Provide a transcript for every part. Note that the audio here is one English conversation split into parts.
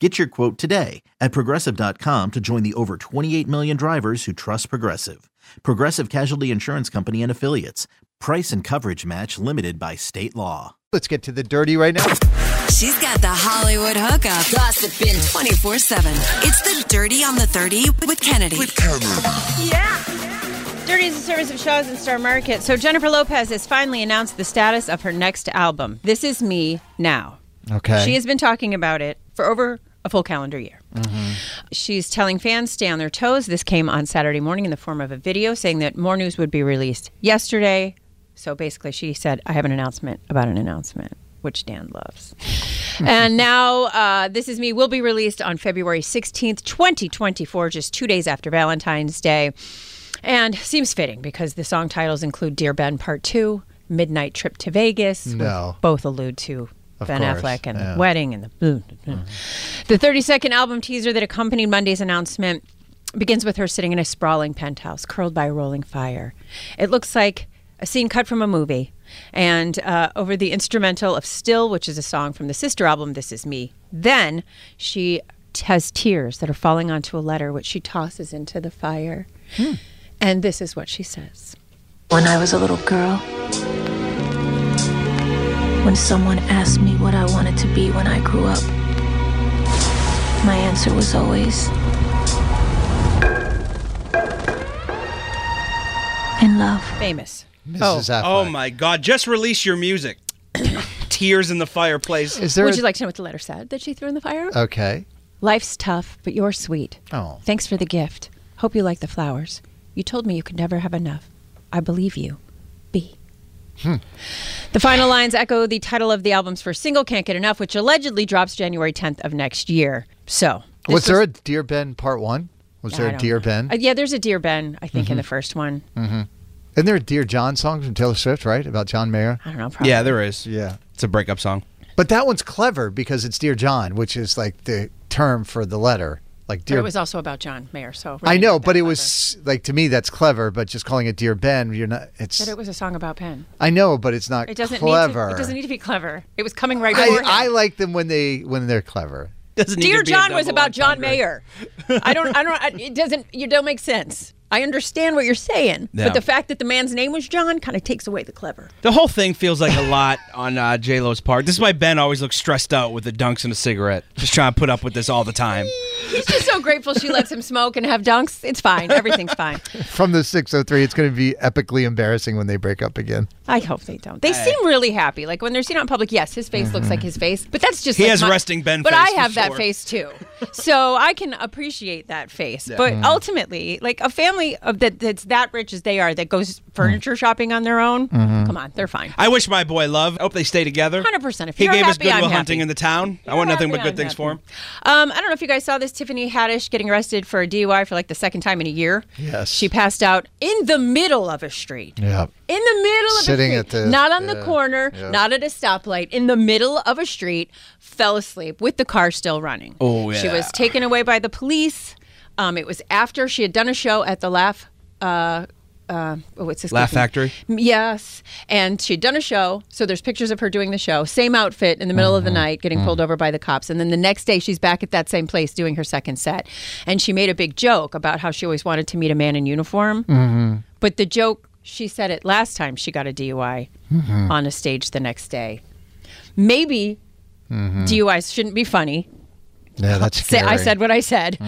Get your quote today at progressive.com to join the over 28 million drivers who trust Progressive. Progressive Casualty Insurance Company and Affiliates. Price and coverage match limited by state law. Let's get to the dirty right now. She's got the Hollywood hookup. Gossiping 24 7. It's the Dirty on the 30 with Kennedy. Dirty is a service of shows and Star Market. So Jennifer Lopez has finally announced the status of her next album. This is me now. Okay. She has been talking about it for over a full calendar year. Mm-hmm. She's telling fans stay on their toes. This came on Saturday morning in the form of a video saying that more news would be released yesterday. So basically, she said, I have an announcement about an announcement, which Dan loves. and now, uh, This Is Me will be released on February 16th, 2024, just two days after Valentine's Day. And seems fitting because the song titles include Dear Ben Part 2, Midnight Trip to Vegas, which No. both allude to Of Ben course, Affleck and yeah. Mm-hmm. the wedding and the the 30 second album teaser that accompanied Monday's announcement begins with her sitting in a sprawling penthouse curled by a rolling fire. It looks like a scene cut from a movie and uh, over the instrumental of Still which is a song from the sister album This Is Me. Then she t- has tears that are falling onto a letter which she tosses into the fire. Hmm. And this is what she says. When I was a little girl, when someone asked me what I wanted to be when I grew up, my answer was always in love. Famous. Mrs. Oh Affleck. my God! Just release your music. Tears in the fireplace. Is there? Uh, Would a- you like to know what the letter said that she threw in the fire? okay. Life's tough, but you're sweet. Oh. Thanks for the gift. Hope you like the flowers. You told me you could never have enough. I believe you. B. Hmm. The final lines echo the title of the album's first single, Can't Get Enough, which allegedly drops January 10th of next year. So. this Was, there a Dear Ben Part One? Was there I a don't Dear know. Ben? Mm-hmm. Mm. Uh, yeah, there's a Dear Ben, I think, in the first one. Isn't there a Dear John song from Taylor Swift, right? About John Mayer. I don't know. Probably. Yeah, there is. Yeah. it's a breakup song. But that one's clever because it's Dear John, which is like the term for the letter. Like But Dear it was also about John Mayer, so. I know, that but it about was like to me that's clever, but just calling it Dear Ben, you're not it's the- But it was a song about Ben. I know, but it's not It doesn't clever. need to. It doesn't need to be clever. It was coming right before I, him. I like them when they when they're clever. Doesn't need Dear to be a John was double about John entendre. Mayer. I don't, I don't, I, it doesn't, you don't make sense. I understand what you're saying, Yeah. but the fact that the man's name was John kind of takes away the clever. The whole thing feels like a lot on uh, J Lo's part. This is why Ben always looks stressed out with the dunks and a cigarette. Just trying to put up with this all the time. He's just so grateful she lets him smoke and have dunks. It's fine. Everything's fine. From the 603, it's going to be epically embarrassing when they break up again. I hope they don't. They seem really happy. Like when they're seen out in public, yes, his face looks like his face, but that's just Mm-hmm. He like has my- resting Ben But face, I have for that sure. face too, so I can appreciate that face. But Mm. ultimately, like a family of that that's that rich as they are, that Mm. goes furniture shopping on their own. Mm-hmm. Come on, they're fine. I wish my boy love. I hope they stay together. 100%. If he you're gave us happy, Goodwill I'm happy. Hunting in the town. I want nothing but good things for him. Um, I don't know if you guys saw this. Tiffany Haddish getting arrested for a DUI for like the second time in a year. Yes. She passed out in the middle of a street. Yeah. In the middle of Sitting a at street. the- not on the yeah, corner, yeah. not at a stoplight, in the middle of a street, fell asleep with the car still running. Oh, She yeah. was taken away by the police. Um, it was after she had done a show at the Laugh. Uh, uh, oh, what's this Laugh company? Factory? Yes. And she'd done a show. So there's pictures of her doing the show, same outfit in the middle of Mm-hmm. the night, Mm. getting pulled over by the cops. And then the next day, she's back at that same place doing her second set. And she made a big joke about how she always wanted to meet a man in uniform. Mm-hmm. But the joke, she said it last time she got a DUI Mm-hmm. on a stage the next day. Maybe DUIs shouldn't be funny. Mm-hmm. Yeah, that's Say- scary. Mm-hmm. I said what I said.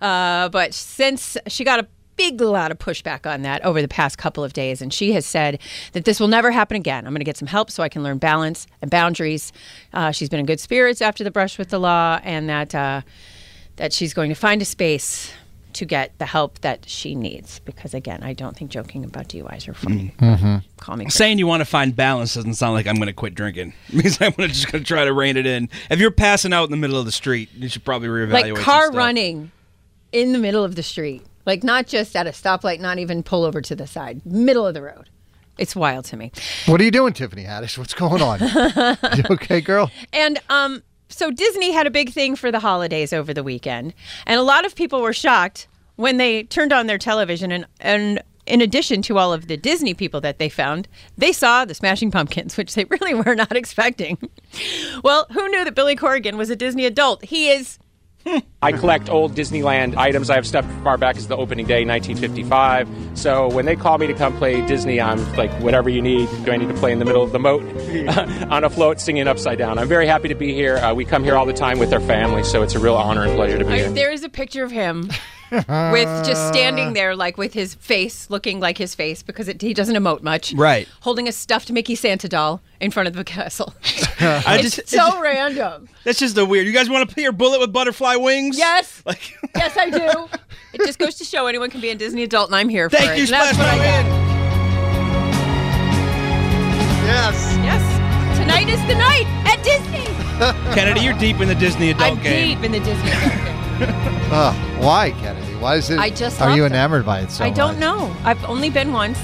Uh, but since she got a big lot of pushback on that over the past couple of days. And she has said that this will never happen again. I'm going to get some help so I can learn balance and boundaries. Uh, she's been in good spirits after the brush with the law, and that uh, that she's going to find a space to get the help that she needs. Because again, I don't think joking about DUIs are funny. Call me. crazy. Saying you want to find balance doesn't sound like I'm going to quit drinking because I'm gonna just going to try to rein it in. If you're passing out in the middle of the street, you should probably reevaluate. like some car stuff. running in the middle of the street like not just at a stoplight not even pull over to the side middle of the road it's wild to me What are you doing, Tiffany Haddish? What's going on? You okay, girl? and um so disney had a big thing for the holidays over the weekend and a lot of people were shocked when they turned on their television and and in addition to all of the Disney people that they found, they saw the Smashing Pumpkins, which they really were not expecting. Well, who knew that Billy Corrigan was a Disney adult? He is I collect old Disneyland items. I have stuff as far back as the opening day, 1955. So when they call me to come play Disney, I'm like, whatever you need. Do I need to play in the middle of the moat on a float singing upside down? I'm very happy to be here. Uh, we come here all the time with our family, so it's a real honor and pleasure to be I- here. there is a picture of him with just standing there, like with his face looking like his face because it, he doesn't emote much. Right. Holding a stuffed Mickey Santa doll in front of the castle. I it's just, so random. that's just the weird. You guys want to pay your bullet with butterfly wings? Yes. Like, yes, I do. It just goes to show anyone can be a Disney adult, and I'm here for thank it. you, That's Splash what I got. Mountain. Yes. Yes. Tonight is the night at Disney. Kennedy, you're deep in the Disney adult I'm game. deep in the Disney adult game. Uh, why, Kennedy? Why is it? I just Are love you them. enamored by it so I don't much? know. I've only been once.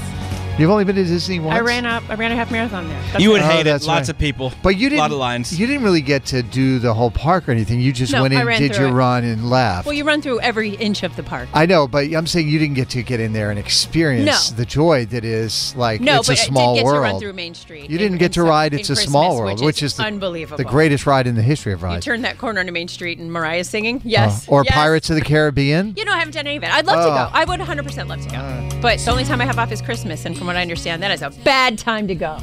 You've only been to Disney once. I ran up. I ran a half marathon there. That's You would Oh, hate it. that's right. Lots of people. But you didn't. A lot of lines. You didn't really get to do the whole park or anything. You just No, went I in, ran did through your it. run, and left. Well, you run through every inch of the park. I know, but I'm saying you didn't get to get in there and experience No. the joy that is like No, it's but a small I did get world. to run through Main Street. you in- didn't get in to some- ride in It's a Small Christmas, World, which, is, the, unbelievable. the greatest ride in the history of rides. You turn that corner into Main Street and Mariah's singing. Uh, Yes. or yes. Pirates of the Caribbean. You know, I haven't done any of it. I'd love Mm. Oh. to go. I would 100% love to go. but the only time I have off is Christmas, and from what I understand, that is a bad time to go.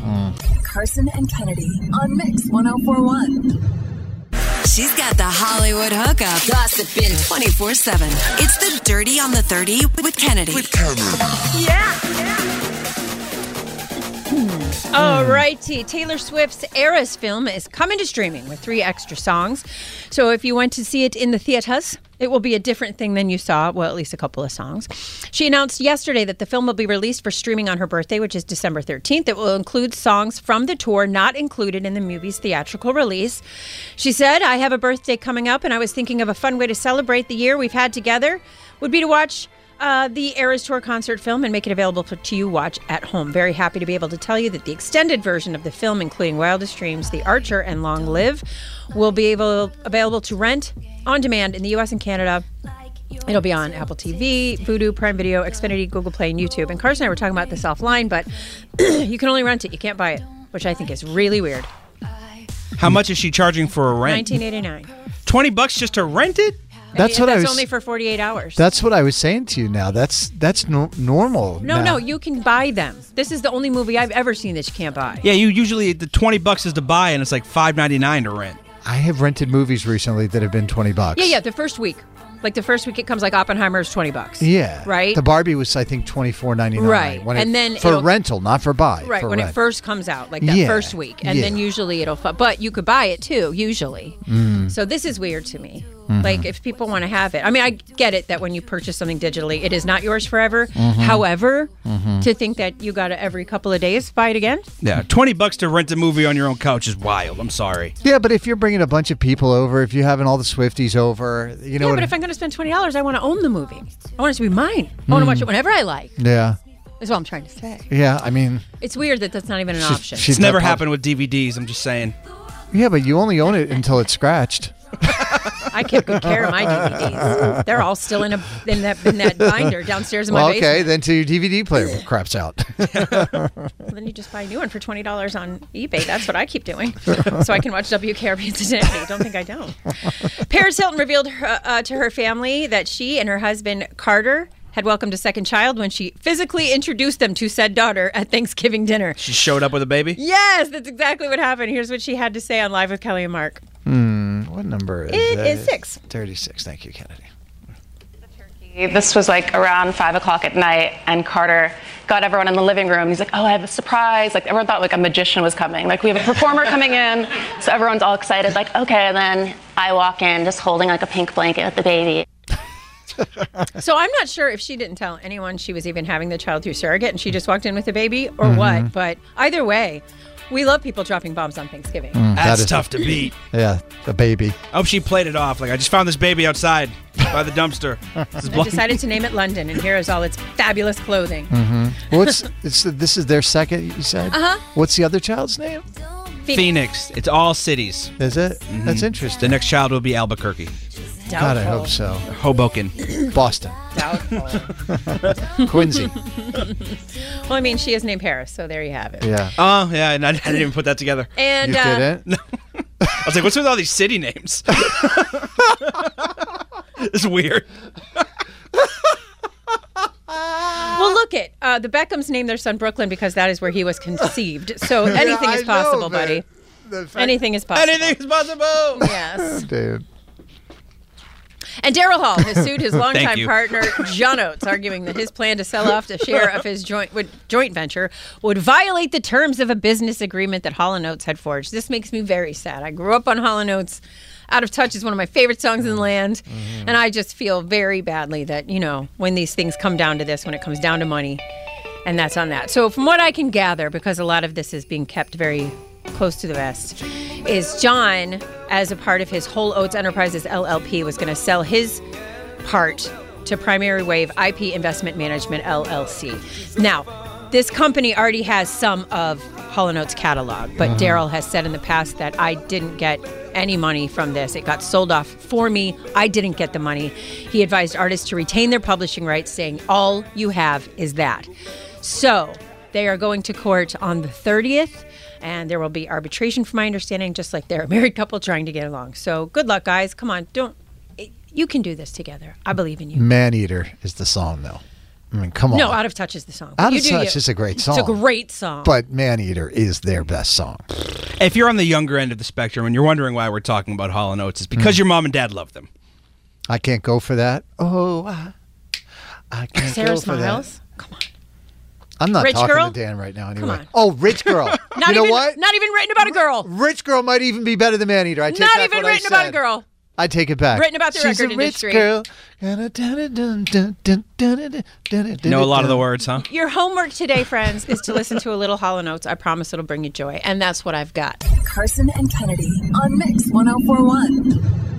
Carson and Kennedy on Mix 1041. She's got the Hollywood hookup. Gossiping 24 7. It's the Dirty on the 30 with Kennedy. Alrighty, Taylor Swift's Eras film is coming to streaming with three extra songs. So if you went to see it in the theaters, it will be a different thing than you saw. Well, at least a couple of songs. She announced yesterday that the film will be released for streaming on her birthday, which is December 13th. It will include songs from the tour not included in the movie's theatrical release. She said, I have a birthday coming up, and I was thinking of a fun way to celebrate the year we've had together would be to watch uh, the Eras Tour concert film and make it available for, to you watch at home. Very happy to be able to tell you that the extended version of the film, including Wildest Dreams, The Archer, and Long Live, will be able available to rent on demand in the U.S. and Canada. It'll be on Apple TV, Vudu, Prime Video, Xfinity, Google Play, and YouTube. And Carson and I were talking about this offline, but you can only rent it. You can't buy it, which I think is really weird. How much is she charging for a rent? 1989. 20 bucks just to rent it? That's Yeah, what I that's was. only for 48 hours. that's what I was saying to you. Now that's that's no, normal. no, now. no, you can buy them. This is the only movie I've ever seen that you can't buy. Yeah, you usually the 20 bucks is to buy and it's like 5.99 to rent. I have rented movies recently that have been twenty bucks. Yeah, yeah, the first week. Like the first week it comes like Oppenheimer's 20 bucks. Yeah. Right? The Barbie was I think twenty four ninety nine. Right, When it- and then for it'll- rental, not for buy. right, for when rent. it first comes out, like that Yeah, first week. And then yeah. usually it'll fu- but you could buy it too, usually. Mm. So this is weird to me. Mm-hmm. Like if people want to have it. I mean, I get it that when you purchase something digitally, it is not yours forever. Mm-hmm. However, to think that you got to every couple of days buy it again? Yeah, 20 bucks to rent a movie on your own couch is wild. I'm sorry. Yeah, but if you're bringing a bunch of people over, if you're having all the Swifties over, you know yeah, what? but if I'm going to spend $20, I want to own the movie. I want it to be mine. I want to Mm. watch it whenever I like. yeah, Is what I'm trying to say. yeah. I mean, It's weird that that's not even an she- option. she- It's never that prob- happened with DVDs, I'm just saying. Yeah, but you only own it until it's scratched. I kept good care of my DVDs. They're all still in a in that in that binder downstairs in my Well, basement. okay, then to your DVD player craps out. Well, then you just buy a new one for twenty dollars on eBay. That's what I keep doing, so I can watch WKRP today. Don't think I don't. Paris Hilton revealed her, uh, to her family that she and her husband Carter. Had welcomed a second child when she physically introduced them to said daughter at Thanksgiving dinner. She showed up with a baby? Yes, that's exactly what happened. Here's what she had to say on Live with Kelly and Mark. what number is It that? is six. Thirty-six. Thank you, Kennedy. turkey This was like around five o'clock at night, and Carter got everyone in the living room. He's like, "Oh, I have a surprise!" Like everyone thought like a magician was coming. Like we have a performer coming in, so everyone's all excited. Like okay, and then I walk in just holding like a pink blanket with the baby. So I'm not sure if she didn't tell anyone she was even having the child through surrogate and she just walked in with a baby or Mm-hmm. what, but either way, we love people dropping bombs on Thanksgiving. Mm, That's That is- tough to beat. Yeah, a baby. I hope she played it off. Like I just found this baby outside by the dumpster. This is I blo- decided to name it London, and here is all its fabulous clothing. Mm. What's it's, this is their second? You said. Uh Uh-huh. huh. What's the other child's name? Phoenix. It's all cities. Is it? That's The interesting. next child will be Albuquerque, God, I hope so. Hoboken. Boston, Doubtful. Quincy. well, I mean, she is named Paris, so there you have it. Yeah. Oh yeah, and I, I didn't even put that together. And You uh, didn't? I was like, what's with all these city names? it's weird. well, look it. Uh, the Beckhams named their son Brooklyn because that is where he was conceived. So anything Yeah, I is know, possible, but buddy. the fact- Anything is possible. Anything's possible. Yes. Dude. And Daryl Hall has sued his Thank longtime you. partner John Oates, arguing that his plan to sell off the share of his joint would, joint venture would violate the terms of a business agreement that Hall and Oates had forged. This makes me very sad. I grew up on Hall and Oates. Out of Touch is one of my favorite songs in the land, and I just feel very badly that you know when these things come down to this, when it comes down to money, and that's on that. So from what I can gather, because a lot of this is being kept very close to the vest, is John, as a part of his whole Oates Enterprises LLP, was going to sell his part to Primary Wave IP Investment Management LLC. Now, this company already has some of Hall & Oates catalog, but Daryl has said in the past that I didn't get any money from this. It got sold off for me. I didn't get the money. He advised artists to retain their publishing rights, saying, all you have is that. So they are going to court on the 30th, and there will be arbitration, from my understanding, just like they're a married couple trying to get along. So good luck, guys. Come on, don't. You can do this together. I believe in you. Man Eater is the song, though. I mean, come on. No, Out of Touch is the song. Out You of do Touch you. is a great It's song. a great song. But Man Eater is their best song. If you're on the younger end of the spectrum and you're wondering why we're talking about Hall and Oates, it's because your mom and dad love them. I can't go for that. Oh, I, I can't Sarah go for Smiles. that. I'm not Rich talking Girl? to Dan right now anyway. on. Oh, Rich Girl. Not you know even, what? Not even written about a girl. Rich Girl might even be better than Man Eater. I take Not back even what I written about a said. girl. I take it back. Written about the She's record a rich industry. girl. You Know a lot of the words, huh? Your homework today, friends, is to listen to a little Hollow Notes. I promise it'll bring you joy. And that's what I've got. Carson and Kennedy on Mix 1041.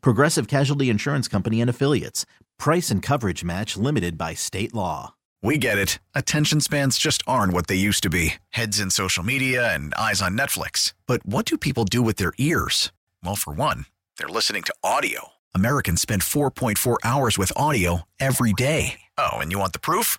Progressive Casualty Insurance Company and Affiliates. Price and coverage match limited by state law. We get it. Attention spans just aren't what they used to be heads in social media and eyes on Netflix. But what do people do with their ears? Well, for one, they're listening to audio. Americans spend 4.4 hours with audio every day. Oh, and you want the proof?